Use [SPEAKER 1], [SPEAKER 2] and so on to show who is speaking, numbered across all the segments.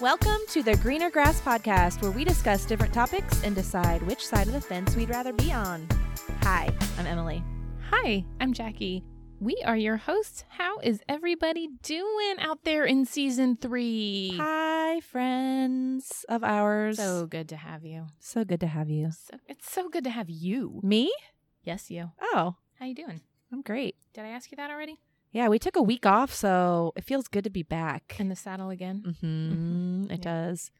[SPEAKER 1] Welcome to the Greener Grass Podcast, where we discuss different topics and decide which side of the fence we'd rather be on. Hi, I'm Emily.
[SPEAKER 2] Hi, I'm Jackie. We are your hosts. How is everybody doing out there in season three?
[SPEAKER 1] Hi, friends of ours.
[SPEAKER 2] So good to have you.
[SPEAKER 1] so good to have you.
[SPEAKER 2] So, it's so good to have you.
[SPEAKER 1] Me?
[SPEAKER 2] Yes, you.
[SPEAKER 1] Oh,
[SPEAKER 2] How you doing?
[SPEAKER 1] I'm great.
[SPEAKER 2] Did I ask you that already?
[SPEAKER 1] Yeah, we took a week off, so it feels good to be back.
[SPEAKER 2] In the saddle again.
[SPEAKER 1] mm-hmm,
[SPEAKER 2] Yeah.
[SPEAKER 1] It does.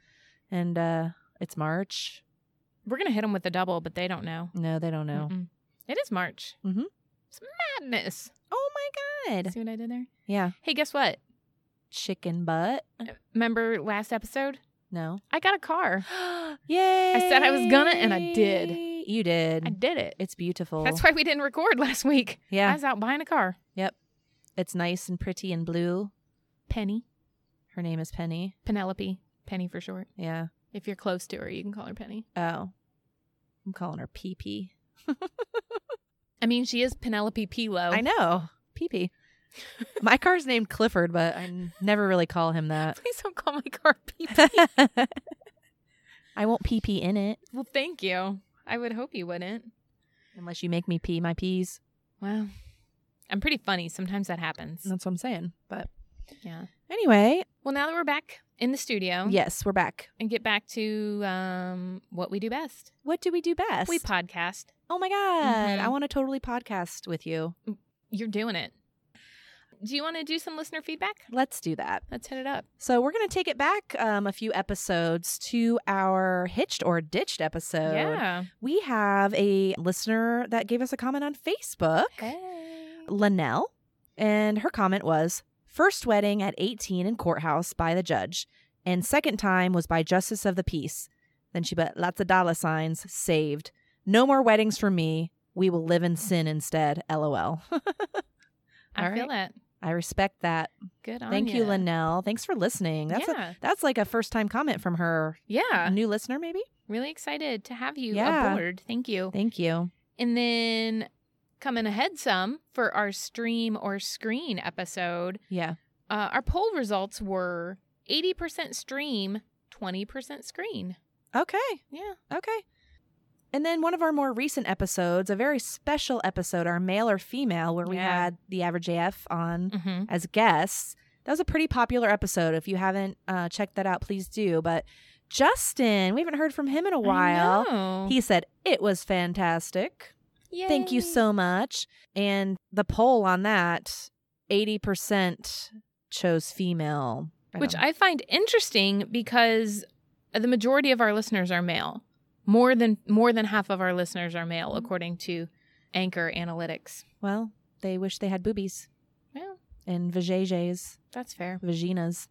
[SPEAKER 1] And uh it's March.
[SPEAKER 2] We're gonna hit them with the double, but they don't know.
[SPEAKER 1] No, they don't know.
[SPEAKER 2] Mm-mm. It is March.
[SPEAKER 1] Mhm.
[SPEAKER 2] It's madness.
[SPEAKER 1] Oh my god.
[SPEAKER 2] See what I did there?
[SPEAKER 1] Yeah.
[SPEAKER 2] Hey, guess what?
[SPEAKER 1] Chicken butt.
[SPEAKER 2] Remember last episode?
[SPEAKER 1] No.
[SPEAKER 2] I got a car.
[SPEAKER 1] Yay!
[SPEAKER 2] said I was gonna, and I did.
[SPEAKER 1] You did.
[SPEAKER 2] I did it.
[SPEAKER 1] It's beautiful.
[SPEAKER 2] That's why we didn't record last week. I
[SPEAKER 1] Yeah,
[SPEAKER 2] was out buying a car.
[SPEAKER 1] it's nice and pretty and blue.
[SPEAKER 2] Penny,
[SPEAKER 1] Her name is Penny.
[SPEAKER 2] Penelope, Penny for short.
[SPEAKER 1] Yeah.
[SPEAKER 2] If you're close to her, you can call her Penny.
[SPEAKER 1] Oh, I'm calling her Pee Pee.
[SPEAKER 2] I mean, she is Penelope Pilo.
[SPEAKER 1] I know Oh. Pee Pee. My car's named Clifford, but I n- never really call him that.
[SPEAKER 2] Please don't call my car Pilo.
[SPEAKER 1] I won't pee pee in it
[SPEAKER 2] well, thank you. I would hope you wouldn't.
[SPEAKER 1] unless you make me pee my peas.
[SPEAKER 2] Well, I'm pretty funny. Sometimes that happens.
[SPEAKER 1] That's what I'm saying. But
[SPEAKER 2] Yeah.
[SPEAKER 1] anyway,
[SPEAKER 2] Well, now that we're back in the studio,
[SPEAKER 1] yes, we're back.
[SPEAKER 2] and get back to um, what we do best.
[SPEAKER 1] What do we do best?
[SPEAKER 2] We podcast.
[SPEAKER 1] oh my god,
[SPEAKER 2] Mhm.
[SPEAKER 1] I want to totally podcast with you.
[SPEAKER 2] You're doing it. Do you want to do some listener feedback?
[SPEAKER 1] Let's do that.
[SPEAKER 2] Let's hit it up.
[SPEAKER 1] So we're going to take it back um, a few episodes to our hitched or ditched episode.
[SPEAKER 2] yeah.
[SPEAKER 1] We have a listener that gave us a comment on Facebook,
[SPEAKER 2] Hey.
[SPEAKER 1] Linnell, and her comment was first wedding at 18 in courthouse by the judge, and second time was by justice of the peace. Then she put lots of dollar signs, saved. No more weddings for me. We will live in sin instead. LOL.
[SPEAKER 2] I
[SPEAKER 1] All
[SPEAKER 2] feel that.
[SPEAKER 1] I respect that.
[SPEAKER 2] Good on
[SPEAKER 1] Thank you,
[SPEAKER 2] ya.
[SPEAKER 1] Linnell. Thanks for listening. That's a,
[SPEAKER 2] yeah.
[SPEAKER 1] that's like a first time comment from her
[SPEAKER 2] yeah.
[SPEAKER 1] new listener maybe
[SPEAKER 2] Really excited to have you
[SPEAKER 1] Yeah.
[SPEAKER 2] aboard. Thank you.
[SPEAKER 1] thank you
[SPEAKER 2] And then coming ahead some for our stream or screen episode,
[SPEAKER 1] yeah
[SPEAKER 2] uh, our poll results were 80% stream, 20% screen.
[SPEAKER 1] okay
[SPEAKER 2] Yeah.
[SPEAKER 1] okay and then one of our more recent episodes a very special episode our male or female where we
[SPEAKER 2] Yeah.
[SPEAKER 1] had the average af on
[SPEAKER 2] Mm-hmm.
[SPEAKER 1] as guests that was a pretty popular episode if you haven't uh, checked that out please do but justin we haven't heard from him in a while he said it was fantastic Thank you so much. And the poll on that, 80% chose female.
[SPEAKER 2] Which
[SPEAKER 1] don't-
[SPEAKER 2] I find interesting because the majority of our listeners are male. More than more than half of our listeners are male, according to Anchor Analytics.
[SPEAKER 1] well, they wish they had boobies
[SPEAKER 2] Well,
[SPEAKER 1] and vajays,
[SPEAKER 2] that's fair.
[SPEAKER 1] vaginas.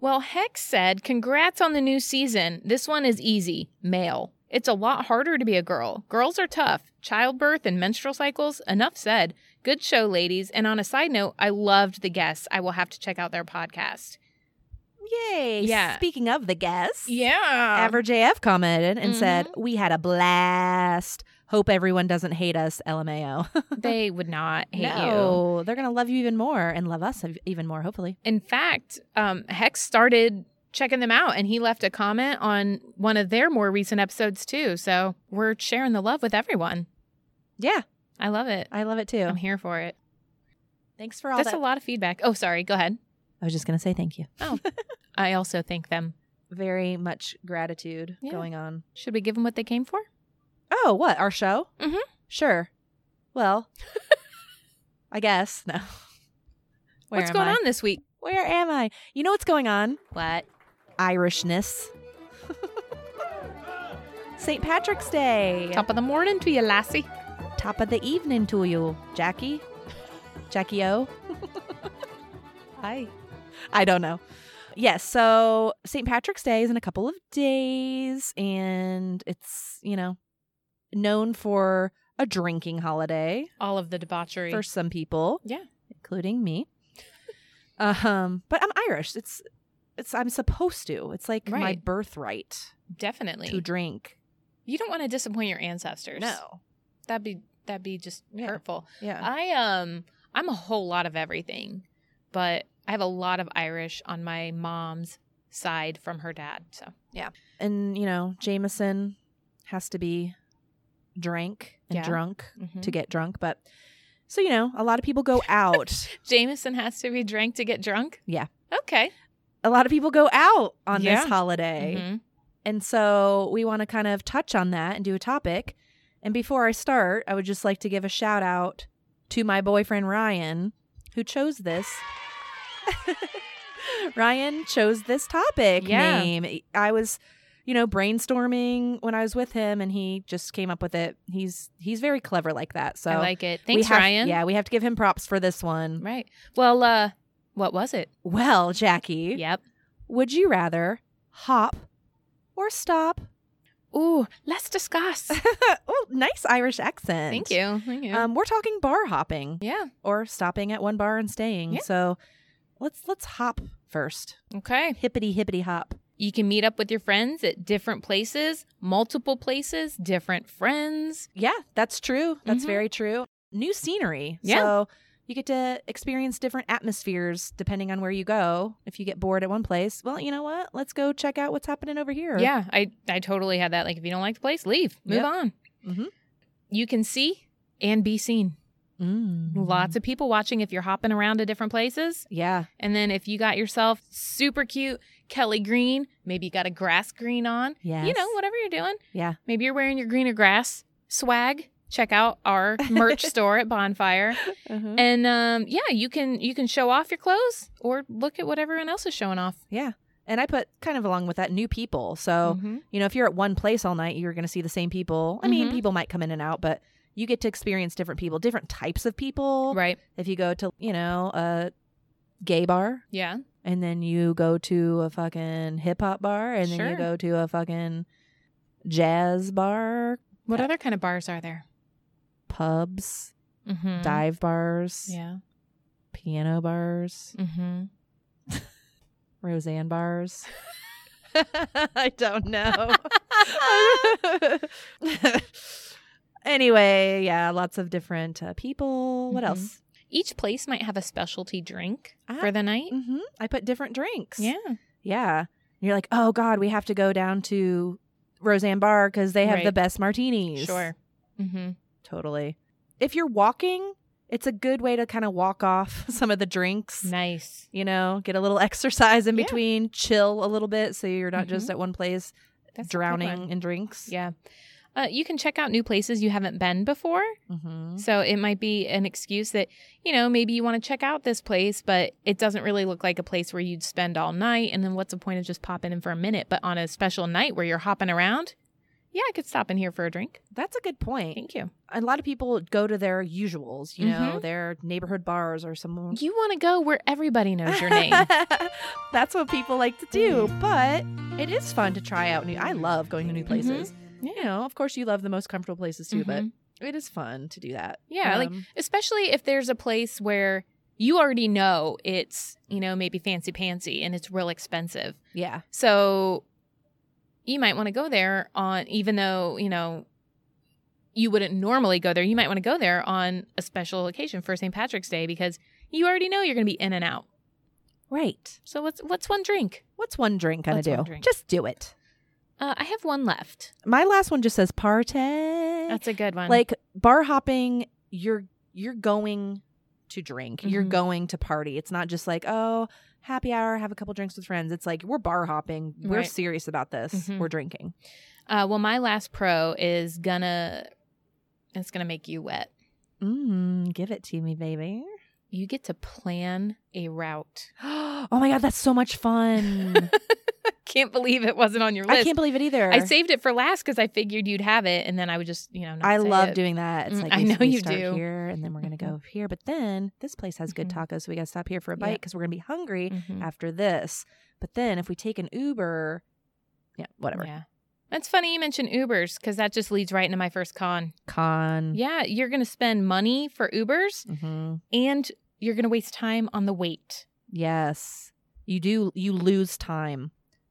[SPEAKER 2] Well, Hex said, Congrats on the new season. This one is easy male. It's a lot harder to be a girl. Girls are tough. Childbirth and menstrual cycles, enough said. Good show, ladies. And on a side note, I loved the guests. I will have to check out their podcast.
[SPEAKER 1] Yay.
[SPEAKER 2] Yeah.
[SPEAKER 1] Speaking of the guests,
[SPEAKER 2] Yeah. Mm-hmm.
[SPEAKER 1] Average AF commented and said, We had a blast. Hope everyone doesn't hate us, LMAO.
[SPEAKER 2] they would not hate you.
[SPEAKER 1] no, they're going to love you even more and love us ev- even more, hopefully.
[SPEAKER 2] In fact, um, Hex started checking them out and he left a comment on one of their more recent episodes, too. So we're sharing the love with everyone.
[SPEAKER 1] Yeah,
[SPEAKER 2] I love it.
[SPEAKER 1] I love it too.
[SPEAKER 2] I'm here for it.
[SPEAKER 1] Thanks for all
[SPEAKER 2] That's
[SPEAKER 1] that.
[SPEAKER 2] a lot of feedback. Oh, sorry. Go ahead.
[SPEAKER 1] I was just going to say thank you.
[SPEAKER 2] I also thank them.
[SPEAKER 1] Very much gratitude
[SPEAKER 2] Yeah.
[SPEAKER 1] going on.
[SPEAKER 2] Should we give them what they came for?
[SPEAKER 1] Oh, what? Our show?
[SPEAKER 2] Mhm.
[SPEAKER 1] Sure. Well, I guess. No. Where
[SPEAKER 2] What's
[SPEAKER 1] am
[SPEAKER 2] going
[SPEAKER 1] I?
[SPEAKER 2] on this week?
[SPEAKER 1] Where am I? You know what's going on?
[SPEAKER 2] What?
[SPEAKER 1] Irishness. St. Patrick's Day.
[SPEAKER 2] Top of the morning to you, lassie.
[SPEAKER 1] Top of the evening to you, Jackie. Jackie O. Hi. I don't know. Yes, so St. Patrick's Day is in a couple of days, and it's, you know, known for a drinking holiday.
[SPEAKER 2] All of the debauchery.
[SPEAKER 1] for some people.
[SPEAKER 2] Yeah.
[SPEAKER 1] including me. um, but I'm Irish. It's it's I'm supposed to. It's like my
[SPEAKER 2] Right.
[SPEAKER 1] birthright
[SPEAKER 2] Definitely.
[SPEAKER 1] to drink.
[SPEAKER 2] you don't want to disappoint your ancestors. That'd be that'd be just
[SPEAKER 1] Yeah.
[SPEAKER 2] hurtful.
[SPEAKER 1] Yeah.
[SPEAKER 2] I um I'm a whole lot of everything, but I have a lot of Irish on my mom's side from her dad. So
[SPEAKER 1] And, you know, Jameson has to be drank and
[SPEAKER 2] Yeah.
[SPEAKER 1] drunk
[SPEAKER 2] mhm.
[SPEAKER 1] to get drunk. But so, you know, a lot of people go out.
[SPEAKER 2] Jameson has to be drank to get drunk.
[SPEAKER 1] Yeah.
[SPEAKER 2] Okay.
[SPEAKER 1] a lot of people go out on
[SPEAKER 2] Yeah.
[SPEAKER 1] this holiday.
[SPEAKER 2] Mhm.
[SPEAKER 1] And so we want to kind of touch on that and do a topic. And before I start, I would just like to give a shout out to my boyfriend Ryan, who chose this. Ryan chose this topic
[SPEAKER 2] Yeah.
[SPEAKER 1] name. I was, you know, brainstorming when I was with him and he just came up with it. He's he's very clever like that. So
[SPEAKER 2] I like it.
[SPEAKER 1] we
[SPEAKER 2] Thanks,
[SPEAKER 1] have-
[SPEAKER 2] Ryan.
[SPEAKER 1] Yeah, we have to give him props for this one.
[SPEAKER 2] Right. Well, uh, what was it?
[SPEAKER 1] Well, Jackie,
[SPEAKER 2] Yep.
[SPEAKER 1] would you rather hop or stop?
[SPEAKER 2] Ooh, let's discuss.
[SPEAKER 1] oh, nice Irish accent.
[SPEAKER 2] Thank you. Thank you.
[SPEAKER 1] Um, we're talking bar hopping
[SPEAKER 2] yeah.
[SPEAKER 1] or stopping at one bar and staying.
[SPEAKER 2] Yeah.
[SPEAKER 1] So let's let's hop first.
[SPEAKER 2] Okay.
[SPEAKER 1] Hippity hippity hop.
[SPEAKER 2] You can meet up with your friends at different places, multiple places, different friends.
[SPEAKER 1] Yeah, that's true. That's
[SPEAKER 2] Mhm.
[SPEAKER 1] very true. New scenery.
[SPEAKER 2] Yeah.
[SPEAKER 1] So you get to experience different atmospheres depending on where you go. If you get bored at one place, well, you know what? Let's go check out what's happening over here.
[SPEAKER 2] Yeah, I I totally had that. Like, if you don't like the place, leave, move
[SPEAKER 1] Yep.
[SPEAKER 2] on.
[SPEAKER 1] Mhm.
[SPEAKER 2] You can see and be seen.
[SPEAKER 1] Mm.
[SPEAKER 2] Lots of people watching if you're hopping around to different places.
[SPEAKER 1] Yeah.
[SPEAKER 2] And then if you got yourself super cute Kelly green, maybe you got a grass green on.
[SPEAKER 1] Yeah.
[SPEAKER 2] You know, whatever you're doing.
[SPEAKER 1] Yeah.
[SPEAKER 2] Maybe you're wearing your greener grass swag. Check out our merch store at Bonfire.
[SPEAKER 1] Uh-huh.
[SPEAKER 2] And um, yeah, you can you can show off your clothes or look at what everyone else is showing off.
[SPEAKER 1] Yeah. And I put kind of along with that new people. So,
[SPEAKER 2] Mhm.
[SPEAKER 1] you know, if you're at one place all night, you're going to see the same people. I mean,
[SPEAKER 2] Mhm.
[SPEAKER 1] people might come in and out, but you get to experience different people, different types of people.
[SPEAKER 2] Right.
[SPEAKER 1] If you go to, you know, a gay bar
[SPEAKER 2] Yeah.
[SPEAKER 1] and then you go to a fucking hip hop bar and then you
[SPEAKER 2] Sure.
[SPEAKER 1] go to a fucking jazz bar,
[SPEAKER 2] What
[SPEAKER 1] Yeah.
[SPEAKER 2] other kind of bars are there?
[SPEAKER 1] pubs,
[SPEAKER 2] Mm-hmm.
[SPEAKER 1] dive bars,
[SPEAKER 2] Yeah.
[SPEAKER 1] piano bars,
[SPEAKER 2] Mm-hmm.
[SPEAKER 1] Roseanne bars. I don't know. anyway, yeah, lots of different uh, people. What
[SPEAKER 2] Mhm.
[SPEAKER 1] else?
[SPEAKER 2] Each place might have a specialty drink
[SPEAKER 1] Ah.
[SPEAKER 2] for the night.
[SPEAKER 1] hmm I put different drinks.
[SPEAKER 2] Yeah.
[SPEAKER 1] Yeah. And you're like, oh God, we have to go down to Roseanne Bar because they have the
[SPEAKER 2] Right.
[SPEAKER 1] best martinis.
[SPEAKER 2] Sure. Mm-hmm.
[SPEAKER 1] Totally. If you're walking, it's a good way to kind of walk off some of the drinks.
[SPEAKER 2] Nice.
[SPEAKER 1] You know, get a little exercise in
[SPEAKER 2] Yeah.
[SPEAKER 1] between, chill a little bit so you're not just at one place
[SPEAKER 2] That's a good
[SPEAKER 1] drowning
[SPEAKER 2] one.
[SPEAKER 1] in drinks.
[SPEAKER 2] Yeah. Uh, you can check out new places you haven't been before.
[SPEAKER 1] Mm-hmm.
[SPEAKER 2] So it might be an excuse that, you know, maybe you want to check out this place, but it doesn't really look like a place where you'd spend all night. And then what's the point of just popping in for a minute? But on a special night where you're hopping around, yeah, I could stop in here for a drink.
[SPEAKER 1] That's a good point.
[SPEAKER 2] Thank you.
[SPEAKER 1] A lot of people go to their usuals, you know, their neighborhood bars or some.
[SPEAKER 2] You want to go where everybody knows your name.
[SPEAKER 1] That's what people like to do, but it is fun to try out new. I love going to new places. You know, of course, you love the most comfortable places too,
[SPEAKER 2] Mhm.
[SPEAKER 1] but it is fun to do that.
[SPEAKER 2] yeah, like
[SPEAKER 1] Um,
[SPEAKER 2] especially if there's a place where you already know it's, you know, maybe fancy pantsy and it's real expensive.
[SPEAKER 1] yeah,
[SPEAKER 2] So you might want to go there on, even though, you know, you wouldn't normally go there, you might want to go there on a special occasion for St. Patrick's Day because you already know you're going to be in and out.
[SPEAKER 1] right.
[SPEAKER 2] So what's what's one drink?
[SPEAKER 1] What's one drink gonna
[SPEAKER 2] What's
[SPEAKER 1] do?
[SPEAKER 2] one drink?
[SPEAKER 1] Just do it.
[SPEAKER 2] Uh, I have one left.
[SPEAKER 1] My last one just says partay.
[SPEAKER 2] That's a good one.
[SPEAKER 1] Eh. like bar hopping you're you're going to drink you're
[SPEAKER 2] Mhm.
[SPEAKER 1] going to party it's not just like oh happy hour have a couple drinks with friends it's like we're bar hopping we're
[SPEAKER 2] Right.
[SPEAKER 1] serious about this
[SPEAKER 2] Mhm.
[SPEAKER 1] we're drinking
[SPEAKER 2] uh, well, my last pro is gonna it's gonna make you wet.
[SPEAKER 1] mm, give it to me baby
[SPEAKER 2] You get to plan a route.
[SPEAKER 1] oh my god that's so much fun
[SPEAKER 2] Can't believe it wasn't on your list.
[SPEAKER 1] i can't believe it either
[SPEAKER 2] I saved it for last because I figured you'd have it, and then I would just, you know. Not
[SPEAKER 1] I
[SPEAKER 2] say
[SPEAKER 1] love
[SPEAKER 2] it.
[SPEAKER 1] doing that. It's
[SPEAKER 2] Mm,
[SPEAKER 1] like
[SPEAKER 2] I
[SPEAKER 1] we-
[SPEAKER 2] know
[SPEAKER 1] we
[SPEAKER 2] you
[SPEAKER 1] start
[SPEAKER 2] do.
[SPEAKER 1] here, and then we're gonna go
[SPEAKER 2] Mhm.
[SPEAKER 1] over here. But then this place has good
[SPEAKER 2] Mhm.
[SPEAKER 1] tacos, so we gotta stop here for a
[SPEAKER 2] Yeah.
[SPEAKER 1] bite because we're gonna be hungry
[SPEAKER 2] Mhm.
[SPEAKER 1] after this. But then if we take an Uber, yeah, whatever.
[SPEAKER 2] Yeah, that's funny you mentioned Ubers because that just leads right into my first con.
[SPEAKER 1] Con.
[SPEAKER 2] Yeah, you're gonna spend money for Ubers,
[SPEAKER 1] Mm-hmm.
[SPEAKER 2] and you're gonna waste time on the wait.
[SPEAKER 1] Yes. You do you lose time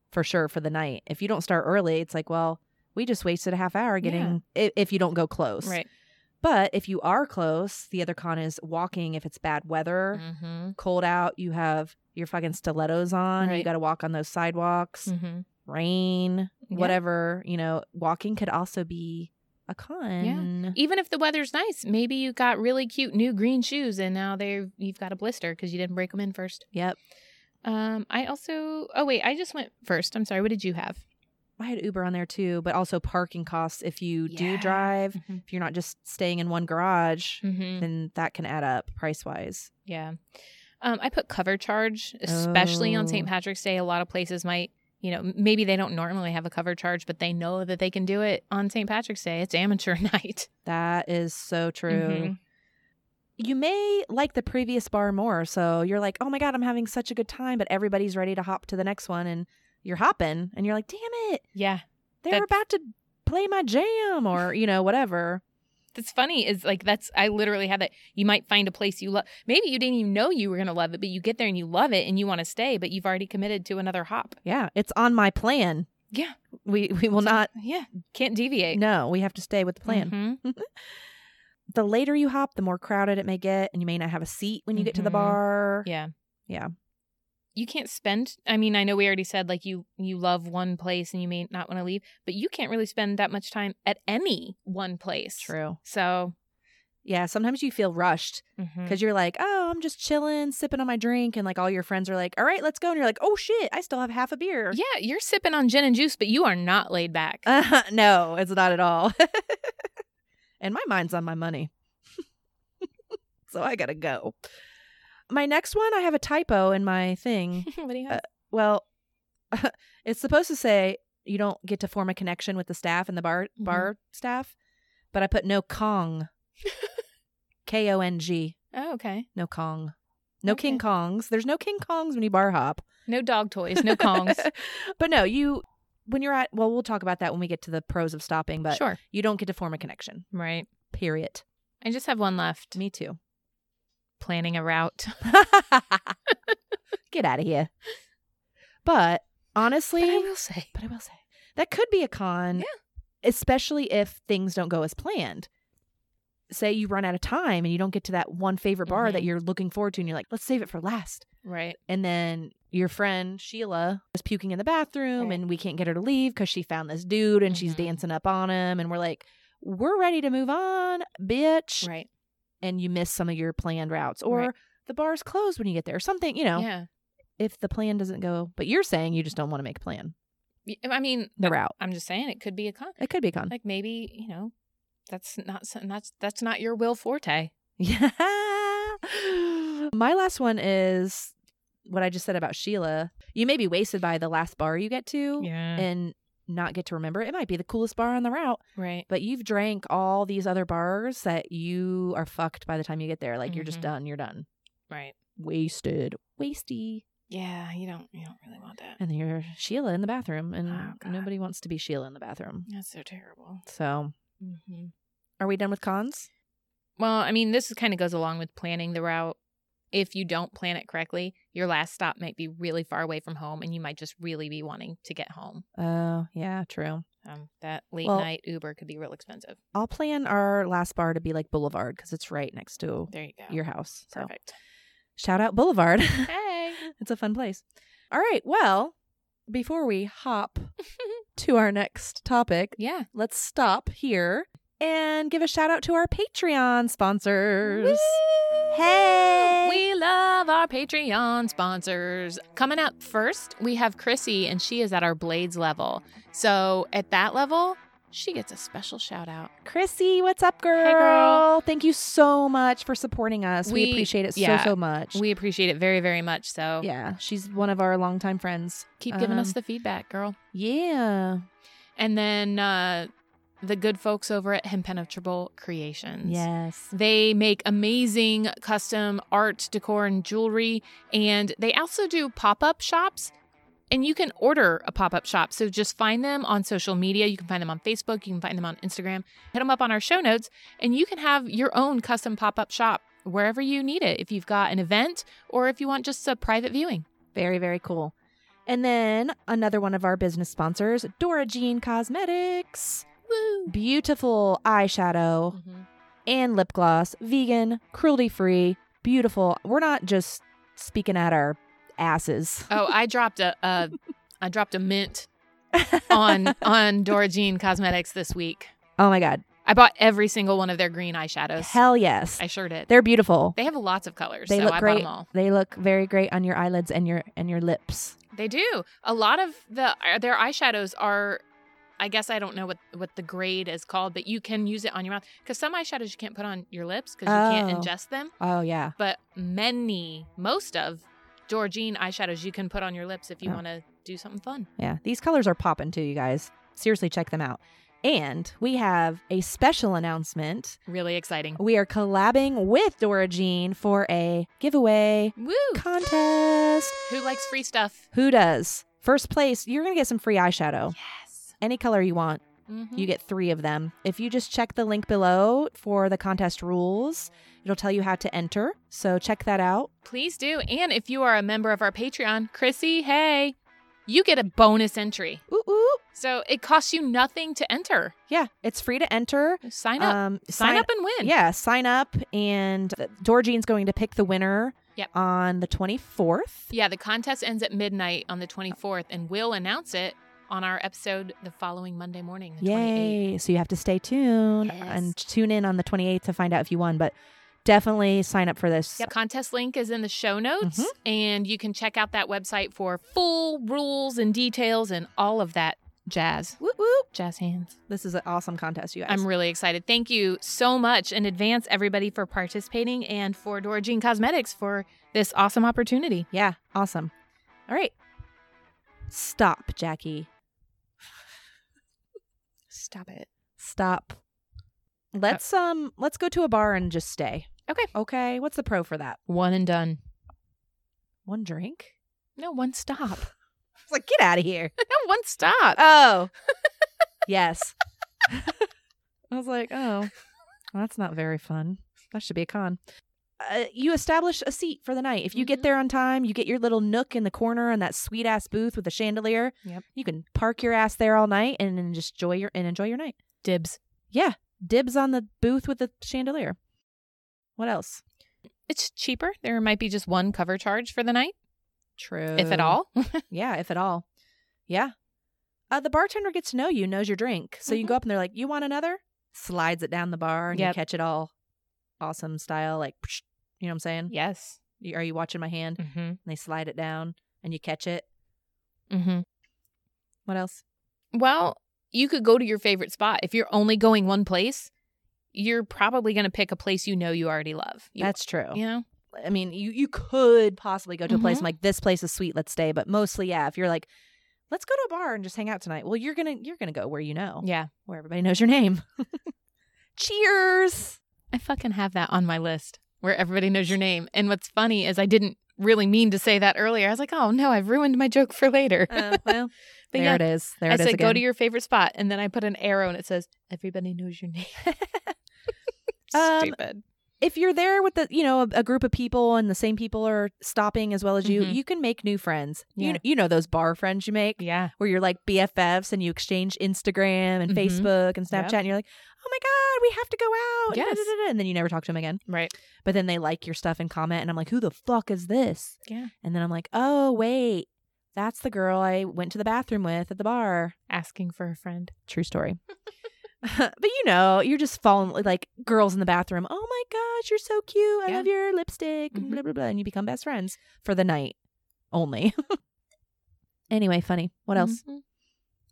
[SPEAKER 1] for sure for the night. If you don't start early, it's like, well, we just wasted a half hour getting i if you don't go close. But if you are close, the other con is walking if it's bad weather,
[SPEAKER 2] Mm-hmm.
[SPEAKER 1] cold out, you have your fucking stilettos on, you
[SPEAKER 2] Right.
[SPEAKER 1] got to walk on those sidewalks,
[SPEAKER 2] Mm-hmm.
[SPEAKER 1] rain, whatever, you know, walking could also be a con.
[SPEAKER 2] Even if the weather's nice, maybe you got really cute new green shoes and now they are you've got a blister because you didn't break them in first.
[SPEAKER 1] Yep.
[SPEAKER 2] Um, I also oh wait, I just went first. I'm sorry. What did you have?
[SPEAKER 1] I had Uber on there too, but also parking costs if you do
[SPEAKER 2] Yeah.
[SPEAKER 1] drive,
[SPEAKER 2] Mhm.
[SPEAKER 1] if you're not just staying in one garage,
[SPEAKER 2] Mhm.
[SPEAKER 1] then that can add up price wise.
[SPEAKER 2] Yeah. Um, I put cover charge, especially on
[SPEAKER 1] Oh.
[SPEAKER 2] St. Patrick's Day. A lot of places might, you know, m- maybe they don't normally have a cover charge, but they know that they can do it on St. Patrick's Day. It's amateur night.
[SPEAKER 1] That is so true.
[SPEAKER 2] Mhm.
[SPEAKER 1] You may like the previous bar more. So you're like, oh my God, I'm having such a good time, but everybody's ready to hop to the next one. And you're hopping and you're like, damn it,
[SPEAKER 2] Yeah.
[SPEAKER 1] they're
[SPEAKER 2] That's-
[SPEAKER 1] about to play my jam or, you know, whatever.
[SPEAKER 2] That's funny is like, that's, I literally had that. You might find a place you love. Maybe you didn't even know you were going to love it, but you get there and you love it and you want to stay, but you've already committed to another hop.
[SPEAKER 1] Yeah, it's on my plan.
[SPEAKER 2] Yeah.
[SPEAKER 1] We, we will not,
[SPEAKER 2] Yeah. Can't deviate.
[SPEAKER 1] no, we have to stay with the plan.
[SPEAKER 2] Mhm.
[SPEAKER 1] The later you hop, the more crowded it may get, and you may not have a seat when you get to the
[SPEAKER 2] Mhm.
[SPEAKER 1] bar.
[SPEAKER 2] Yeah.
[SPEAKER 1] Yeah.
[SPEAKER 2] You can't spend I mean, I know we already said like you you love one place and you may not want to leave, but you can't really spend that much time at any one place.
[SPEAKER 1] True.
[SPEAKER 2] So
[SPEAKER 1] Yeah, sometimes you feel rushed
[SPEAKER 2] mhm.
[SPEAKER 1] because you're like, oh, I'm just chilling, sipping on my drink. And like all your friends are like, all right, let's go. And you're like, oh shit, I still have half a beer.
[SPEAKER 2] Yeah, you're sipping on gin and juice, but you are not laid back.
[SPEAKER 1] Uh, no, it's not at all. and my mind's on my money. so I gotta go. My next one, I have a typo in my thing.
[SPEAKER 2] what do you
[SPEAKER 1] uh,
[SPEAKER 2] have?
[SPEAKER 1] Well, it's supposed to say you don't get to form a connection with the staff and the bar
[SPEAKER 2] Mhm.
[SPEAKER 1] bar staff, but I put no Kong. K O N G.
[SPEAKER 2] oh, okay.
[SPEAKER 1] No Kong. No King
[SPEAKER 2] Okay.
[SPEAKER 1] Kongs. There's no King Kongs when you bar hop.
[SPEAKER 2] No dog toys, no Kongs.
[SPEAKER 1] but no, you when you're at well, we'll talk about that when we get to the pros of stopping, but
[SPEAKER 2] sure.
[SPEAKER 1] you don't get to form a connection.
[SPEAKER 2] Right.
[SPEAKER 1] Period.
[SPEAKER 2] I just have one left.
[SPEAKER 1] Me too.
[SPEAKER 2] Planning a route.
[SPEAKER 1] Get out of here. But honestly,
[SPEAKER 2] But I will say.
[SPEAKER 1] but I will say that could be a con.
[SPEAKER 2] Yeah.
[SPEAKER 1] Especially if things don't go as planned. Say you run out of time and you don't get to that one favorite bar
[SPEAKER 2] Mm-hmm.
[SPEAKER 1] that you're looking forward to, and you're like, let's save it for last.
[SPEAKER 2] Right.
[SPEAKER 1] And then your friend Sheila was puking in the bathroom,
[SPEAKER 2] Right.
[SPEAKER 1] and we can't get her to leave because she found this dude and she's
[SPEAKER 2] Mhm.
[SPEAKER 1] dancing up on him. And we're like, we're ready to move on, bitch.
[SPEAKER 2] Right.
[SPEAKER 1] And you miss some of your planned routes, or
[SPEAKER 2] Right.
[SPEAKER 1] the bar's closed when you get there, or something, you know,
[SPEAKER 2] Yeah.
[SPEAKER 1] if the plan doesn't go. But you're saying you just don't want to make a plan,
[SPEAKER 2] Y- I mean,
[SPEAKER 1] the route.
[SPEAKER 2] I'm just saying it could be a con.
[SPEAKER 1] It could be a con.
[SPEAKER 2] Like maybe, you know, that's not some- that's that's not your will forte.
[SPEAKER 1] Yeah. My last one is what I just said about Sheila. You may be wasted by the last bar you get to
[SPEAKER 2] Yeah.
[SPEAKER 1] and not get to remember. It It might be the coolest bar on the route,
[SPEAKER 2] Right.
[SPEAKER 1] but you've drank all these other bars that you are fucked by the time you get there. Like you're just
[SPEAKER 2] Mhm.
[SPEAKER 1] done. You're done.
[SPEAKER 2] Right.
[SPEAKER 1] Wasted. Wasty.
[SPEAKER 2] Yeah, you don't you don't really want that.
[SPEAKER 1] And then you're Sheila in the bathroom, and
[SPEAKER 2] Oh, God.
[SPEAKER 1] nobody wants to be Sheila in the bathroom.
[SPEAKER 2] That's so terrible.
[SPEAKER 1] So,
[SPEAKER 2] Mm. Mm-hmm.
[SPEAKER 1] are we done with cons?
[SPEAKER 2] Well, I mean, this kind of goes along with planning the route. If you don't plan it correctly, your last stop might be really far away from home, and you might just really be wanting to get home.
[SPEAKER 1] Oh,
[SPEAKER 2] Uh,
[SPEAKER 1] yeah, true.
[SPEAKER 2] Um, that late
[SPEAKER 1] Well-
[SPEAKER 2] night Uber could be real expensive.
[SPEAKER 1] I'll plan our last bar to be like Boulevard because it's right next to
[SPEAKER 2] There you go.
[SPEAKER 1] your house. So
[SPEAKER 2] perfect.
[SPEAKER 1] shout out Boulevard.
[SPEAKER 2] Hey,
[SPEAKER 1] it's a fun place. All right. Well, before we hop to our next topic,
[SPEAKER 2] yeah.
[SPEAKER 1] let's stop here and give a shout out to our Patreon sponsors. Hey.
[SPEAKER 2] We love our Patreon sponsors. Coming up first, we have Chrissy, and she is at our Blades level. So at that level, she gets a special shout out.
[SPEAKER 1] Chrissy, what's up, girl?
[SPEAKER 2] girl.
[SPEAKER 1] Thank you so much for supporting us. We,
[SPEAKER 2] We-
[SPEAKER 1] appreciate it
[SPEAKER 2] yeah.
[SPEAKER 1] so, so much.
[SPEAKER 2] We appreciate it very, very much. So
[SPEAKER 1] yeah, she's one of our longtime friends.
[SPEAKER 2] keep giving us
[SPEAKER 1] Um,
[SPEAKER 2] the feedback, girl.
[SPEAKER 1] Yeah.
[SPEAKER 2] And then uh, the good folks over at Impenetrable Creations.
[SPEAKER 1] Yes.
[SPEAKER 2] They make amazing custom art, decor, and jewelry. And they also do pop up shops. And you can order a pop up shop. So just find them on social media. You can find them on Facebook. You can find them on Instagram. Hit them up on our show notes. And you can have your own custom pop up shop wherever you need it. If you've got an event or if you want just a private viewing.
[SPEAKER 1] Very, very cool. And then another one of our business sponsors, Dora Jean Cosmetics.
[SPEAKER 2] Woo!
[SPEAKER 1] Beautiful eyeshadow and lip gloss, vegan, cruelty free, beautiful. We're not just speaking at our asses.
[SPEAKER 2] Oh, I dropped a, a I dropped a mint on on Dora Jean Cosmetics this week.
[SPEAKER 1] Oh my god.
[SPEAKER 2] I bought every single one of their green eyeshadows.
[SPEAKER 1] Hell yes.
[SPEAKER 2] I sure did.
[SPEAKER 1] They're beautiful.
[SPEAKER 2] They have lots of colors.
[SPEAKER 1] They
[SPEAKER 2] so
[SPEAKER 1] look
[SPEAKER 2] I bought
[SPEAKER 1] great.
[SPEAKER 2] them all.
[SPEAKER 1] They look very great on your eyelids and your and your lips.
[SPEAKER 2] They do. A lot of the uh, their eyeshadows are I guess I don't know what what the grade is called, but you can use it on your mouth cuz some eyeshadows you can't put on your lips cuz you can't
[SPEAKER 1] Oh.
[SPEAKER 2] ingest them,
[SPEAKER 1] Oh yeah.
[SPEAKER 2] but many most of Georgine eyeshadows you can put on your lips if you
[SPEAKER 1] Oh.
[SPEAKER 2] want to do something fun.
[SPEAKER 1] Yeah. These colors are popping too, you guys. Seriously, check them out. And we have a special announcement.
[SPEAKER 2] Really exciting.
[SPEAKER 1] We are collabing with Dora Jean for a giveaway
[SPEAKER 2] Woo!
[SPEAKER 1] contest.
[SPEAKER 2] Who likes free stuff?
[SPEAKER 1] Who does? First place, you're going to get some free eyeshadow.
[SPEAKER 2] Yes.
[SPEAKER 1] Any color you want.
[SPEAKER 2] Mhm.
[SPEAKER 1] Oh. You get three of them. If you just check the link below for the contest rules, it'll tell you how to enter. So check that out.
[SPEAKER 2] Please do. And if you are a member of our Patreon, Chrissy, hey, you get a bonus entry.
[SPEAKER 1] Ooh, ooh.
[SPEAKER 2] So it costs you nothing to enter.
[SPEAKER 1] Yeah, it's free to enter.
[SPEAKER 2] Sign up.
[SPEAKER 1] Um,
[SPEAKER 2] Uh, sign, up and win.
[SPEAKER 1] Yeah, sign up. And Dorjean's going to pick the winner
[SPEAKER 2] Yep.
[SPEAKER 1] on the 24th.
[SPEAKER 2] Yeah, the contest ends at midnight on the 24th, and we'll announce it on our episode the following Monday morning, the 28th.
[SPEAKER 1] Yay. So you have to stay tuned
[SPEAKER 2] Yes.
[SPEAKER 1] and tune in on the 28th to find out if you won. But definitely sign up for this.
[SPEAKER 2] Yep. Contest link is in the show notes,
[SPEAKER 1] Mhm.
[SPEAKER 2] and you can check out that website for full rules and details and all of that jazz.
[SPEAKER 1] Whoop, whoop.
[SPEAKER 2] Jazz hands.
[SPEAKER 1] This is an awesome contest, you guys.
[SPEAKER 2] I'm really excited. Thank you so much in advance, everybody, for participating and for Dora Jean Cosmetics for this awesome opportunity.
[SPEAKER 1] yeah, awesome. All right. Stop, Jackie.
[SPEAKER 2] Stop it.
[SPEAKER 1] Stop. Let's
[SPEAKER 2] Uh,
[SPEAKER 1] um let's go to a bar and just stay.
[SPEAKER 2] Okay.
[SPEAKER 1] Okay. What's the pro for that?
[SPEAKER 2] One and done.
[SPEAKER 1] One drink?
[SPEAKER 2] No, one stop.
[SPEAKER 1] It's like get out of here.
[SPEAKER 2] no, one stop.
[SPEAKER 1] Oh. yes. I was like, oh, well, that's not very fun. That should be a con. Uh, you establish a seat for the night. If you
[SPEAKER 2] Mhm.
[SPEAKER 1] get there on time, you get your little nook in the corner and that sweet ass booth with the chandelier.
[SPEAKER 2] Yep.
[SPEAKER 1] You can park your ass there all night and, and just enjoy your and enjoy your night.
[SPEAKER 2] Dibs.
[SPEAKER 1] Dibs on the booth with the chandelier. What else?
[SPEAKER 2] It's cheaper. There might be just one cover charge for the night,
[SPEAKER 1] True.
[SPEAKER 2] if at all.
[SPEAKER 1] Yeah, if at all. Yeah. Uh, the bartender gets to know you, knows your drink. So you
[SPEAKER 2] Mhm.
[SPEAKER 1] go up and they're like, You want another? Slides it down the bar and
[SPEAKER 2] Yep.
[SPEAKER 1] you catch it all awesome style. Like, psh, you know what I'm saying?
[SPEAKER 2] yes.
[SPEAKER 1] You- Are you watching my hand?
[SPEAKER 2] Mm-hmm.
[SPEAKER 1] And they slide it down and you catch it.
[SPEAKER 2] Mm-hmm.
[SPEAKER 1] What else?
[SPEAKER 2] Well, you could go to your favorite spot. If you're only going one place, you're probably going to pick a place you know you already love. You,
[SPEAKER 1] That's true.
[SPEAKER 2] you know?
[SPEAKER 1] I mean, you, you could possibly go to a place and like, This place is sweet. Let's stay. But mostly, yeah, if you're like, Let's go to a bar and just hang out tonight. Well, you're gonna you're gonna go where you know,
[SPEAKER 2] Yeah.
[SPEAKER 1] where everybody knows your name. Cheers!
[SPEAKER 2] I fucking have that on my list where everybody knows your name. And what's funny is I didn't really mean to say that earlier. I was like, oh no, I've ruined my joke for later.
[SPEAKER 1] Uh, well,
[SPEAKER 2] But
[SPEAKER 1] there
[SPEAKER 2] yeah,
[SPEAKER 1] it is. There
[SPEAKER 2] I
[SPEAKER 1] it is
[SPEAKER 2] said,
[SPEAKER 1] again.
[SPEAKER 2] go to your favorite spot. And then I put an arrow and it says, everybody knows your name.
[SPEAKER 1] Um,
[SPEAKER 2] Stupid.
[SPEAKER 1] if you're there with the you know a, a group of people and the same people are stopping as well as you
[SPEAKER 2] Mhm.
[SPEAKER 1] you can make new friends you,
[SPEAKER 2] Yeah.
[SPEAKER 1] kn- you know those bar friends you make
[SPEAKER 2] Yeah.
[SPEAKER 1] where you're like bffs and you exchange instagram and
[SPEAKER 2] Mhm.
[SPEAKER 1] facebook and
[SPEAKER 2] Yep.
[SPEAKER 1] snapchat and you're like oh my god we have to go out and da- da-
[SPEAKER 2] Yes.
[SPEAKER 1] da- da," and then you never talk to them again
[SPEAKER 2] Right.
[SPEAKER 1] but then they like your stuff and comment and i'm like who the fuck is this
[SPEAKER 2] Yeah.
[SPEAKER 1] and then i'm like oh wait that's the girl i went to the bathroom with at the bar
[SPEAKER 2] Asking for a friend.
[SPEAKER 1] True story. but you know, you're just falling like girls in the bathroom. Oh my gosh, you're so cute. I
[SPEAKER 2] Yeah.
[SPEAKER 1] love your lipstick. and
[SPEAKER 2] Mhm.
[SPEAKER 1] Blah blah blah, and you become best friends for the night only. anyway, funny. What else?
[SPEAKER 2] Mhm.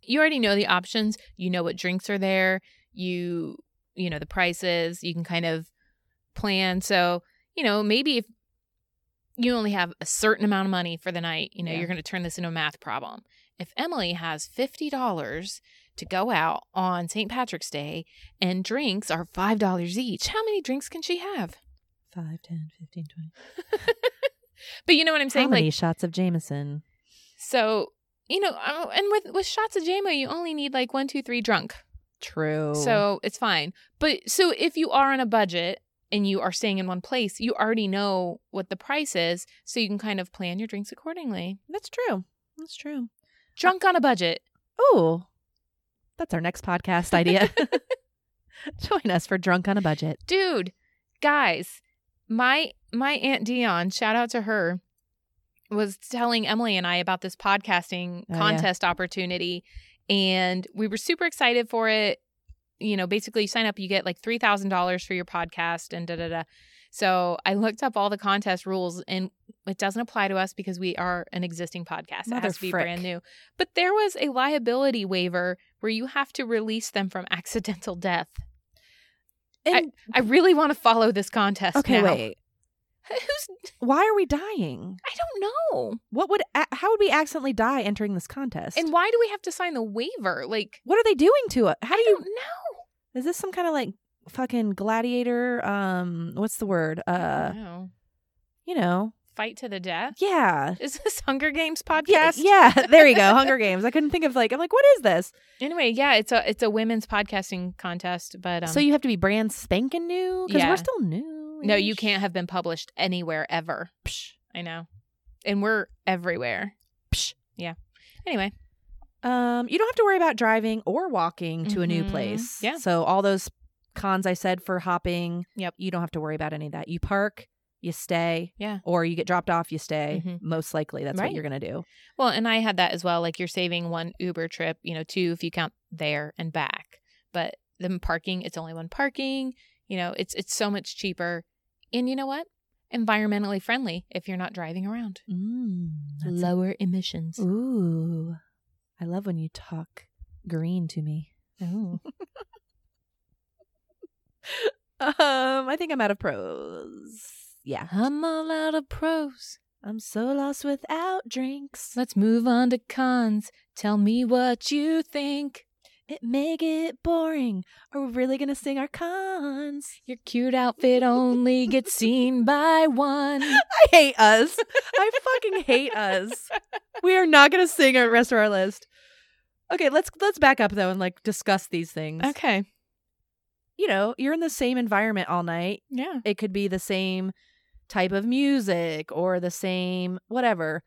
[SPEAKER 2] You already know the options. You know what drinks are there. You you know the prices. You can kind of plan. So, you know, maybe if you only have a certain amount of money for the night, you know,
[SPEAKER 1] Yeah.
[SPEAKER 2] you're going to turn this into a math problem. If Emily has $50 to go out on St. Patrick's Day and drinks are $5 each, how many drinks can she have?
[SPEAKER 1] Five, ten, fifteen, twenty.
[SPEAKER 2] But you know what I'm saying?
[SPEAKER 1] How many shots of Jameson?
[SPEAKER 2] so, you know, uh, and with with shots of JMO, you only need like one, two, three drunk.
[SPEAKER 1] True.
[SPEAKER 2] So it's fine. But so if you are on a budget and you are staying in one place, you already know what the price is, so you can kind of plan your drinks accordingly.
[SPEAKER 1] that's true. That's true.
[SPEAKER 2] Drunk on a budget.
[SPEAKER 1] Oh, that's our next podcast idea. Join us for Drunk on a Budget.
[SPEAKER 2] Dude, guys, my my Aunt Dion, shout out to her, was telling Emily and I about this
[SPEAKER 1] Oh,
[SPEAKER 2] podcasting
[SPEAKER 1] yeah.
[SPEAKER 2] contest opportunity. And we were super excited for it. You know, basically you sign up, you get like three thousand dollars for your podcast and da da da. So I looked up all the contest rules and it doesn't apply to us because we are an existing podcast. it
[SPEAKER 1] Mother
[SPEAKER 2] has to be
[SPEAKER 1] frick.
[SPEAKER 2] brand new. But there was a liability waiver where you have to release them from accidental death.
[SPEAKER 1] And,
[SPEAKER 2] I really want to follow this contest.
[SPEAKER 1] okay,
[SPEAKER 2] now.
[SPEAKER 1] wait.
[SPEAKER 2] Who's
[SPEAKER 1] Why are we dying?
[SPEAKER 2] I don't know.
[SPEAKER 1] What would a- how would we accidentally die entering this contest?
[SPEAKER 2] And why do we have to sign the waiver? Like
[SPEAKER 1] what are they doing to it? How
[SPEAKER 2] I
[SPEAKER 1] do you
[SPEAKER 2] don't know.
[SPEAKER 1] Is this some kind of like fucking gladiator um what's the word?
[SPEAKER 2] I
[SPEAKER 1] Uh,
[SPEAKER 2] don't know.
[SPEAKER 1] you know.
[SPEAKER 2] Fight to the death?
[SPEAKER 1] Yeah.
[SPEAKER 2] Is this Hunger Games
[SPEAKER 1] Yes.
[SPEAKER 2] podcast?
[SPEAKER 1] Yeah. There you go. Hunger Games. I couldn't think of like I'm like what is this?
[SPEAKER 2] Anyway, yeah, it's a it's a women's podcasting contest, but um,
[SPEAKER 1] so you have to be brand spanking new cuz
[SPEAKER 2] Yeah.
[SPEAKER 1] we're still new.
[SPEAKER 2] no, you can't have been published anywhere ever. I know, and we're everywhere.
[SPEAKER 1] Psh.
[SPEAKER 2] Yeah. Anyway,
[SPEAKER 1] Um, you don't have to worry about driving or walking to a new
[SPEAKER 2] Mhm.
[SPEAKER 1] place.
[SPEAKER 2] Yeah.
[SPEAKER 1] So all those cons I said for hopping,
[SPEAKER 2] Yep.
[SPEAKER 1] you don't have to worry about any of that. You park, you stay,
[SPEAKER 2] Yeah.
[SPEAKER 1] or you get dropped off, you stay.
[SPEAKER 2] Mhm.
[SPEAKER 1] Most likely, that's
[SPEAKER 2] Right.
[SPEAKER 1] what you're gonna do.
[SPEAKER 2] well, and I had that as well. Like you're saving one Uber trip, you know, two if you count there and back. But then parking, it's only one parking. You know, it's it's so much cheaper, and you know what? Environmentally friendly if you're not driving around.
[SPEAKER 1] Mm, that's a-
[SPEAKER 2] Lower emissions.
[SPEAKER 1] ooh, I love when you talk green to me.
[SPEAKER 2] Ooh.
[SPEAKER 1] Um, I think I'm out of pros. Yeah,
[SPEAKER 2] I'm all out of pros.
[SPEAKER 1] I'm so lost without drinks.
[SPEAKER 2] Let's move on to cons. Tell me what you think.
[SPEAKER 1] It may get boring. Are we really gonna sing our cons?
[SPEAKER 2] Your cute outfit only gets seen by one.
[SPEAKER 1] I hate us. I fucking hate us. We are not gonna sing our rest of our list. Okay, let's let's back up though and like discuss these things.
[SPEAKER 2] Okay.
[SPEAKER 1] You know, you're in the same environment all night.
[SPEAKER 2] Yeah.
[SPEAKER 1] It could be the same type of music or the same whatever.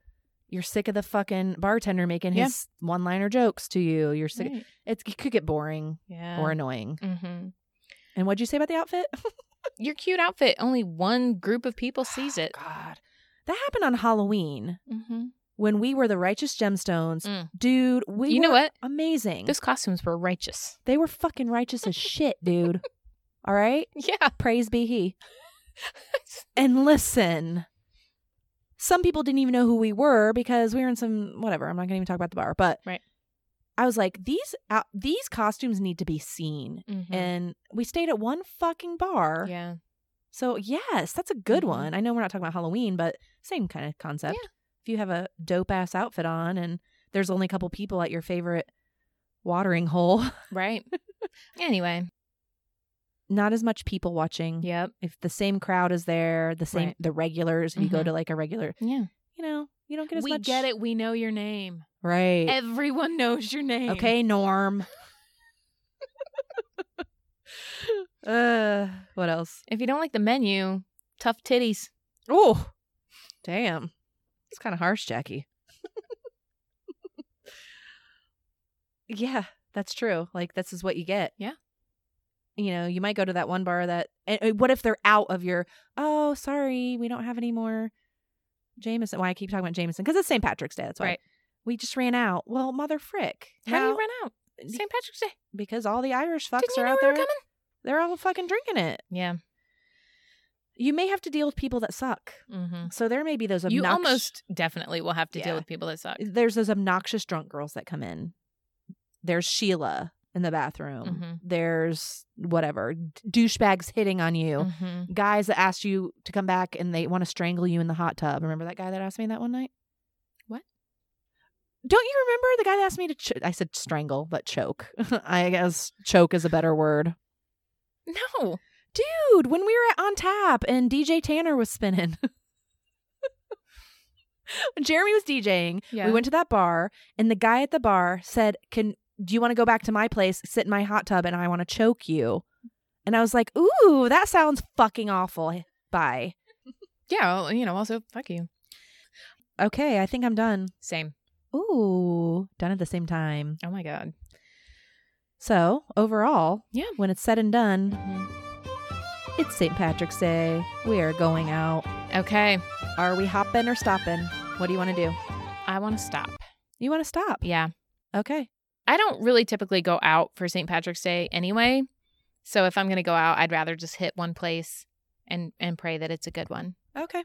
[SPEAKER 1] You're sick of the fucking bartender making
[SPEAKER 2] Yeah.
[SPEAKER 1] his one-liner jokes to you. You're sick.
[SPEAKER 2] Right.
[SPEAKER 1] It's, it could get boring
[SPEAKER 2] Yeah.
[SPEAKER 1] or annoying.
[SPEAKER 2] mm-hmm.
[SPEAKER 1] And what'd you say about the outfit?
[SPEAKER 2] Your cute outfit only one group of people sees it.
[SPEAKER 1] Oh, God, that happened on Halloween
[SPEAKER 2] Mm-hmm.
[SPEAKER 1] when we were the Righteous Gemstones.
[SPEAKER 2] Mm.
[SPEAKER 1] Dude, we
[SPEAKER 2] you know
[SPEAKER 1] were
[SPEAKER 2] what?
[SPEAKER 1] amazing.
[SPEAKER 2] Those costumes were righteous.
[SPEAKER 1] They were fucking righteous as shit, dude. All right?
[SPEAKER 2] Yeah.
[SPEAKER 1] Praise be he. And listen. Some people didn't even know who we were because we were in some whatever. I'm not going to even talk about the bar, but
[SPEAKER 2] Right.
[SPEAKER 1] I was like, these out these costumes need to be seen.
[SPEAKER 2] Mm-hmm.
[SPEAKER 1] And we stayed at one fucking bar.
[SPEAKER 2] Yeah.
[SPEAKER 1] So, yes, that's a good
[SPEAKER 2] Mhm.
[SPEAKER 1] one. I know we're not talking about Halloween, but same kind of concept.
[SPEAKER 2] Yeah.
[SPEAKER 1] If you have a dope ass outfit on and there's only a couple people at your favorite watering hole,
[SPEAKER 2] Right. anyway.
[SPEAKER 1] not as much people watching.
[SPEAKER 2] Yep.
[SPEAKER 1] if the same crowd is there, the same
[SPEAKER 2] Right.
[SPEAKER 1] the regulars, if you go
[SPEAKER 2] Mhm.
[SPEAKER 1] to like a regular,
[SPEAKER 2] Yeah.
[SPEAKER 1] you know, you don't get as
[SPEAKER 2] we
[SPEAKER 1] much.
[SPEAKER 2] get it. We know your name.
[SPEAKER 1] right?
[SPEAKER 2] Everyone knows your name.
[SPEAKER 1] Okay, Norm. uh, what else?
[SPEAKER 2] If you don't like the menu, tough titties.
[SPEAKER 1] Oh, damn, it's kind of harsh, Jackie. yeah, that's true. Like this is what you get.
[SPEAKER 2] Yeah.
[SPEAKER 1] You know, you might go to that one bar that. And and what if they're out of your? Oh, sorry, we don't have any more Jameson. Why I keep talking about Jameson? Because it's St. Patrick's Day. That's why
[SPEAKER 2] Right.
[SPEAKER 1] we just ran out. Well, mother frick!
[SPEAKER 2] How do
[SPEAKER 1] Now-
[SPEAKER 2] you run out?
[SPEAKER 1] d-
[SPEAKER 2] St. Patrick's Day.
[SPEAKER 1] Because all the Irish fucks
[SPEAKER 2] Didn't you
[SPEAKER 1] are
[SPEAKER 2] know
[SPEAKER 1] out
[SPEAKER 2] we were
[SPEAKER 1] there.
[SPEAKER 2] coming?
[SPEAKER 1] They're all fucking drinking it.
[SPEAKER 2] Yeah.
[SPEAKER 1] You may have to deal with people that suck.
[SPEAKER 2] Mm-hmm.
[SPEAKER 1] So there may be those.
[SPEAKER 2] You
[SPEAKER 1] obnoxious-
[SPEAKER 2] almost definitely will have to
[SPEAKER 1] Yeah.
[SPEAKER 2] deal with people that suck.
[SPEAKER 1] there's those obnoxious drunk girls that come in. There's Sheila in the bathroom.
[SPEAKER 2] Mhm.
[SPEAKER 1] There's whatever d- douchebags hitting on you.
[SPEAKER 2] Mm-hmm.
[SPEAKER 1] Guys that asked you to come back and they want to strangle you in the hot tub. Remember that guy that asked me that one night?
[SPEAKER 2] What?
[SPEAKER 1] Don't you remember the guy that asked me to? Ch- I said strangle, but choke. I guess choke is a better word.
[SPEAKER 2] No.
[SPEAKER 1] Dude, when we were at on tap and DJ Tanner was spinning. Jeremy was DJing
[SPEAKER 2] Yeah.
[SPEAKER 1] we went to that bar, and the guy at the bar said, "Can do you want to go back to my place, sit in my hot tub, and I want to choke you?" And I was like, "Ooh, that sounds fucking awful." Bye.
[SPEAKER 2] yeah. well, You know. Also, fuck you.
[SPEAKER 1] Okay, I think I'm done.
[SPEAKER 2] Same.
[SPEAKER 1] Ooh, done at the same time.
[SPEAKER 2] Oh my god.
[SPEAKER 1] So, overall,
[SPEAKER 2] Yeah.
[SPEAKER 1] when it's said and done,
[SPEAKER 2] Mhm.
[SPEAKER 1] it's St. Patrick's Day. We are going out.
[SPEAKER 2] Okay.
[SPEAKER 1] Are we hopping or stopping? What do you want to do?
[SPEAKER 2] I want to stop.
[SPEAKER 1] You want to stop.
[SPEAKER 2] Yeah.
[SPEAKER 1] Okay.
[SPEAKER 2] I don't really typically go out for St. Patrick's Day anyway. So if I'm going to go out, I'd rather just hit one place and and pray that it's a good one.
[SPEAKER 1] Okay.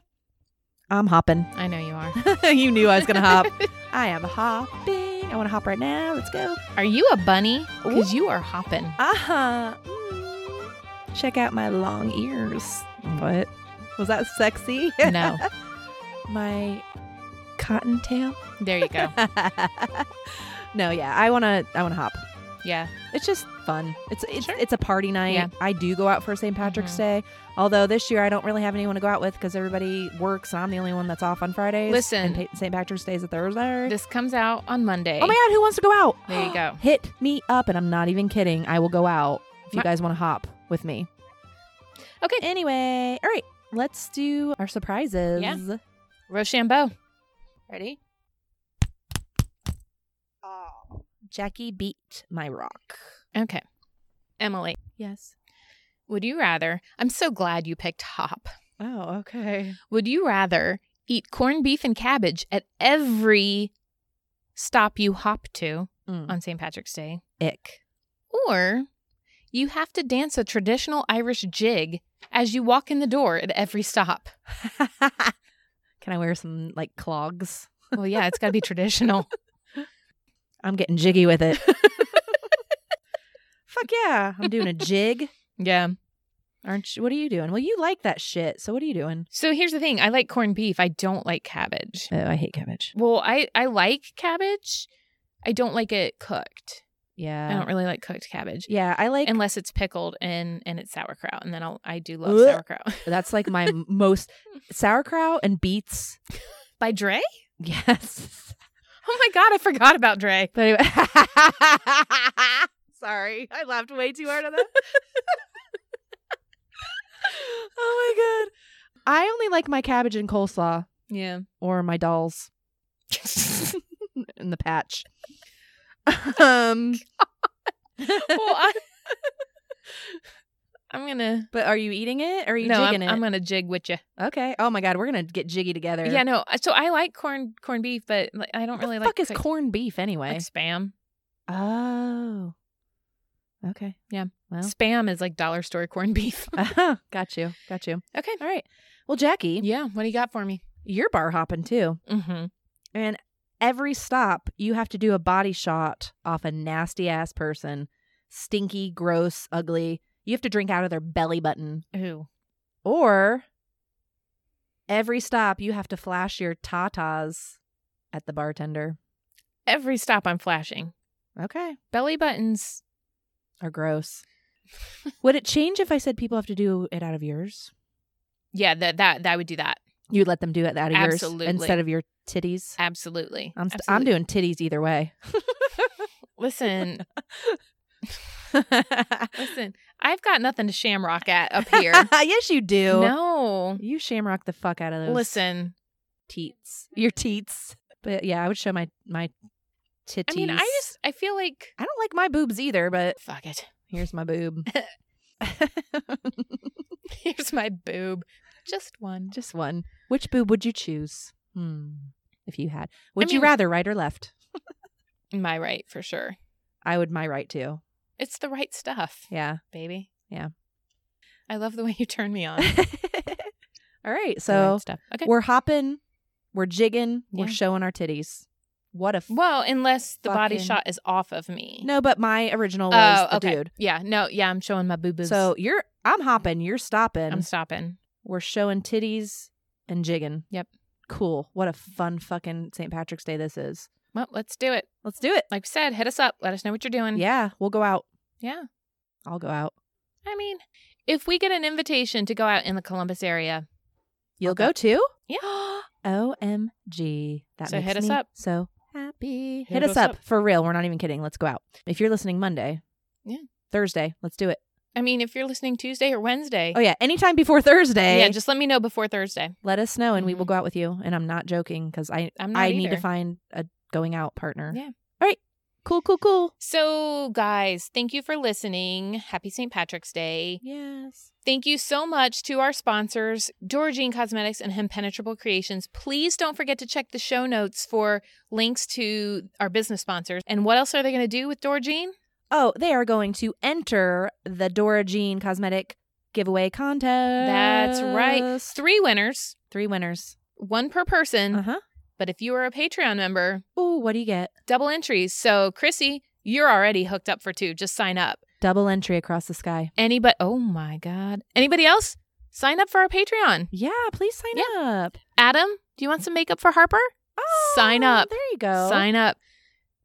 [SPEAKER 1] I'm hopping.
[SPEAKER 2] I know you are.
[SPEAKER 1] you knew I was going to hop. I am hopping. I want to hop right now. Let's go.
[SPEAKER 2] Are you a bunny? Cuz you are hopping.
[SPEAKER 1] Uh-huh. Mm. Check out my long ears. What? Was that sexy?
[SPEAKER 2] No.
[SPEAKER 1] my cottontail.
[SPEAKER 2] There you go.
[SPEAKER 1] no, yeah. I want to I want to hop.
[SPEAKER 2] Yeah.
[SPEAKER 1] It's just fun. It's it's,
[SPEAKER 2] Sure.
[SPEAKER 1] it's a party night.
[SPEAKER 2] Yeah. Mm-hmm.
[SPEAKER 1] I do go out for St. Patrick's Day. Although this year I don't really have anyone to go out with because everybody works and I'm the only one that's off on Fridays.
[SPEAKER 2] Listen.
[SPEAKER 1] and Pa- St. Patrick's Day is a Thursday.
[SPEAKER 2] This comes out on Monday.
[SPEAKER 1] oh my God, who wants to go out?
[SPEAKER 2] There you go.
[SPEAKER 1] Hit me up, and I'm not even kidding. I will go out if you
[SPEAKER 2] My-
[SPEAKER 1] guys want to hop with me.
[SPEAKER 2] Okay.
[SPEAKER 1] Anyway, all right, let's do our surprises.
[SPEAKER 2] Yeah. Rochambeau. Ready?
[SPEAKER 1] Oh. Jackie beat my rock.
[SPEAKER 2] Okay. Emily,
[SPEAKER 1] Yes.
[SPEAKER 2] would you rather? I'm so glad you picked hop.
[SPEAKER 1] Oh, okay.
[SPEAKER 2] Would you rather eat corned beef and cabbage at every stop you hop to
[SPEAKER 1] Mm.
[SPEAKER 2] on St. Patrick's Day?
[SPEAKER 1] Ick.
[SPEAKER 2] Or you have to dance a traditional Irish jig as you walk in the door at every stop?
[SPEAKER 1] Can I wear some like clogs?
[SPEAKER 2] Well, yeah, it's got to be traditional.
[SPEAKER 1] I'm getting jiggy with it. Fuck yeah. I'm doing a jig.
[SPEAKER 2] Yeah.
[SPEAKER 1] Aren't you? What are you doing? Well, you like that shit. So what are you doing?
[SPEAKER 2] So here's the thing I like corned beef, I don't like cabbage.
[SPEAKER 1] Oh, I hate cabbage.
[SPEAKER 2] Well, I, I like cabbage. I don't like it cooked.
[SPEAKER 1] Yeah.
[SPEAKER 2] I don't really like cooked cabbage.
[SPEAKER 1] yeah, I like
[SPEAKER 2] Unless it's pickled and and it's sauerkraut, and then I'll, I do love
[SPEAKER 1] Ugh.
[SPEAKER 2] sauerkraut.
[SPEAKER 1] That's like my m- most sauerkraut and beets.
[SPEAKER 2] By Dre?
[SPEAKER 1] Yes.
[SPEAKER 2] Oh my god, I forgot about Dre.
[SPEAKER 1] But anyway. Sorry, I laughed way too hard on that. oh my god. I only like my cabbage and coleslaw
[SPEAKER 2] Yeah.
[SPEAKER 1] or my dolls in the patch. Um
[SPEAKER 2] well, I, am gonna.
[SPEAKER 1] but are you eating it or are you
[SPEAKER 2] no, I'm,
[SPEAKER 1] jigging
[SPEAKER 2] I'm
[SPEAKER 1] it?
[SPEAKER 2] gonna jig with you.
[SPEAKER 1] okay. Oh my god, we're gonna get jiggy together.
[SPEAKER 2] Yeah, no. uh, So I like corn corned beef, but like, I don't
[SPEAKER 1] What
[SPEAKER 2] really
[SPEAKER 1] the
[SPEAKER 2] like
[SPEAKER 1] fuck is
[SPEAKER 2] cooked-
[SPEAKER 1] corned beef anyway?
[SPEAKER 2] like spam.
[SPEAKER 1] oh. Okay.
[SPEAKER 2] Yeah.
[SPEAKER 1] Well.
[SPEAKER 2] Spam is like dollar store corned beef.
[SPEAKER 1] Uh-huh. Got you. Got you.
[SPEAKER 2] okay.
[SPEAKER 1] All right. Well, Jackie,
[SPEAKER 2] Yeah. What do you got for me?
[SPEAKER 1] you're bar hopping too.
[SPEAKER 2] Mm-hmm.
[SPEAKER 1] And every stop, you have to do a body shot off a nasty ass person, stinky, gross, ugly. You have to drink out of their belly button.
[SPEAKER 2] Ooh.
[SPEAKER 1] Or every stop, you have to flash your tatas at the bartender.
[SPEAKER 2] Every stop I'm flashing.
[SPEAKER 1] Okay.
[SPEAKER 2] Belly buttons.
[SPEAKER 1] Are gross. Would it change if I said people have to do it out of yours?
[SPEAKER 2] Yeah, that that that would do that.
[SPEAKER 1] You'd let them do it out of
[SPEAKER 2] Absolutely.
[SPEAKER 1] yours instead of your titties?
[SPEAKER 2] Absolutely.
[SPEAKER 1] I'm, st- I'm doing
[SPEAKER 2] Absolutely.
[SPEAKER 1] titties either way.
[SPEAKER 2] Listen, Listen, I've got nothing to shamrock at up here.
[SPEAKER 1] yes, you do.
[SPEAKER 2] no.
[SPEAKER 1] You shamrock the fuck out of those
[SPEAKER 2] Listen,
[SPEAKER 1] teats. Your teats. But yeah, I would show my my titties.
[SPEAKER 2] I mean, I just, I feel like,
[SPEAKER 1] I don't like my boobs either, but
[SPEAKER 2] fuck it.
[SPEAKER 1] here's my boob.
[SPEAKER 2] Here's my boob. Just one.
[SPEAKER 1] just one. Which boob would you choose? Hmm. If you had, would you
[SPEAKER 2] mean-
[SPEAKER 1] rather right or left?
[SPEAKER 2] My right, for sure.
[SPEAKER 1] I would my right too.
[SPEAKER 2] It's the right stuff,
[SPEAKER 1] Yeah.
[SPEAKER 2] baby.
[SPEAKER 1] Yeah.
[SPEAKER 2] I love the way you turn me on.
[SPEAKER 1] All
[SPEAKER 2] The
[SPEAKER 1] right.
[SPEAKER 2] right
[SPEAKER 1] So
[SPEAKER 2] stuff. Okay.
[SPEAKER 1] we're hopping, we're jigging, we're
[SPEAKER 2] Yeah.
[SPEAKER 1] showing our titties. What a f-
[SPEAKER 2] Well, unless the body
[SPEAKER 1] Fucking-
[SPEAKER 2] shot is off of me.
[SPEAKER 1] no, but my original was
[SPEAKER 2] Oh,
[SPEAKER 1] the
[SPEAKER 2] okay.
[SPEAKER 1] dude.
[SPEAKER 2] Yeah. No, yeah, I'm showing my boo boos.
[SPEAKER 1] So you're, I'm hopping, you're stopping.
[SPEAKER 2] I'm stopping.
[SPEAKER 1] We're showing titties and jigging.
[SPEAKER 2] Yep.
[SPEAKER 1] Cool. What a fun fucking St. Patrick's Day this is.
[SPEAKER 2] Well, let's do it.
[SPEAKER 1] Let's do it.
[SPEAKER 2] Like we said, hit us up. Let us know what you're doing.
[SPEAKER 1] Yeah, we'll go out.
[SPEAKER 2] Yeah.
[SPEAKER 1] I'll go out.
[SPEAKER 2] I mean, if we get an invitation to go out in the Columbus area,
[SPEAKER 1] You'll
[SPEAKER 2] Okay.
[SPEAKER 1] go too?
[SPEAKER 2] yeah.
[SPEAKER 1] OMG. That
[SPEAKER 2] So
[SPEAKER 1] makes
[SPEAKER 2] hit us
[SPEAKER 1] me
[SPEAKER 2] up.
[SPEAKER 1] So happy. Hit, us up. for real. We're not even kidding. Let's go out. If you're listening Monday,
[SPEAKER 2] Yeah.
[SPEAKER 1] Thursday, let's do it.
[SPEAKER 2] I mean, if you're listening Tuesday or Wednesday,
[SPEAKER 1] Oh yeah, anytime before Thursday.
[SPEAKER 2] yeah, just let me know before Thursday.
[SPEAKER 1] let us know and we will
[SPEAKER 2] Mhm.
[SPEAKER 1] go out with you. And I'm not joking because I
[SPEAKER 2] I'm not
[SPEAKER 1] I need to
[SPEAKER 2] either.
[SPEAKER 1] find a going out partner.
[SPEAKER 2] Yeah.
[SPEAKER 1] All right. Cool, cool, cool.
[SPEAKER 2] So, guys, thank you for listening. Happy St. Patrick's Day.
[SPEAKER 1] Yes.
[SPEAKER 2] Thank you so much to our sponsors, Dorjean Cosmetics and Impenetrable Creations. Please don't forget to check the show notes for links to our business sponsors. And what else are they going to do with Dorjean?
[SPEAKER 1] Oh, they are going to enter the Dora Jean Cosmetic giveaway contest.
[SPEAKER 2] That's right. Three winners,
[SPEAKER 1] Three winners.
[SPEAKER 2] one per person.
[SPEAKER 1] Uh huh.
[SPEAKER 2] But if you are a Patreon member,
[SPEAKER 1] Ooh, what do you get?
[SPEAKER 2] double entries. So, Chrissy, you're already hooked up for two. Just sign up.
[SPEAKER 1] Double entry across the sky.
[SPEAKER 2] Anybody? Oh my God. Anybody else? Sign up for our Patreon.
[SPEAKER 1] Yeah, please sign
[SPEAKER 2] Yep.
[SPEAKER 1] up.
[SPEAKER 2] Adam, do you want some makeup for Harper?
[SPEAKER 1] Oh,
[SPEAKER 2] Sign up.
[SPEAKER 1] There you go.
[SPEAKER 2] Sign up.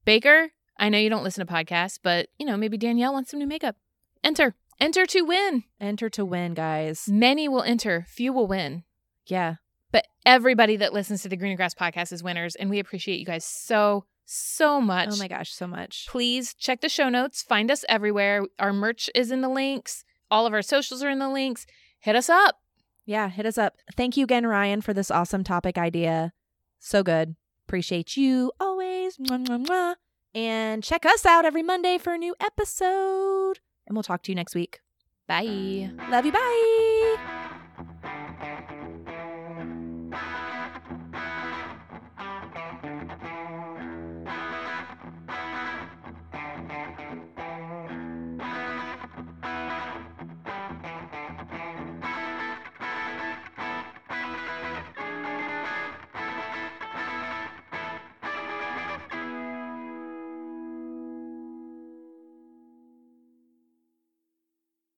[SPEAKER 2] Baker, I know you don't listen to podcasts, but you know, maybe Danielle wants some new makeup. Enter. Enter to win.
[SPEAKER 1] Enter to win, guys.
[SPEAKER 2] Many will enter, few will win.
[SPEAKER 1] Yeah.
[SPEAKER 2] But everybody that listens to the Green and Grass podcast is winners, and we appreciate you guys so, so much.
[SPEAKER 1] Oh my gosh, so much.
[SPEAKER 2] Please check the show notes. Find us everywhere. Our merch is in the links. All of our socials are in the links. Hit us up.
[SPEAKER 1] Yeah, hit us up. Thank you again, Ryan, for this awesome topic idea. So good. Appreciate you always. Mwah, mwah, mwah. And check us out every Monday for a new episode. And we'll talk to you next week.
[SPEAKER 2] Bye.
[SPEAKER 1] Love you. Bye.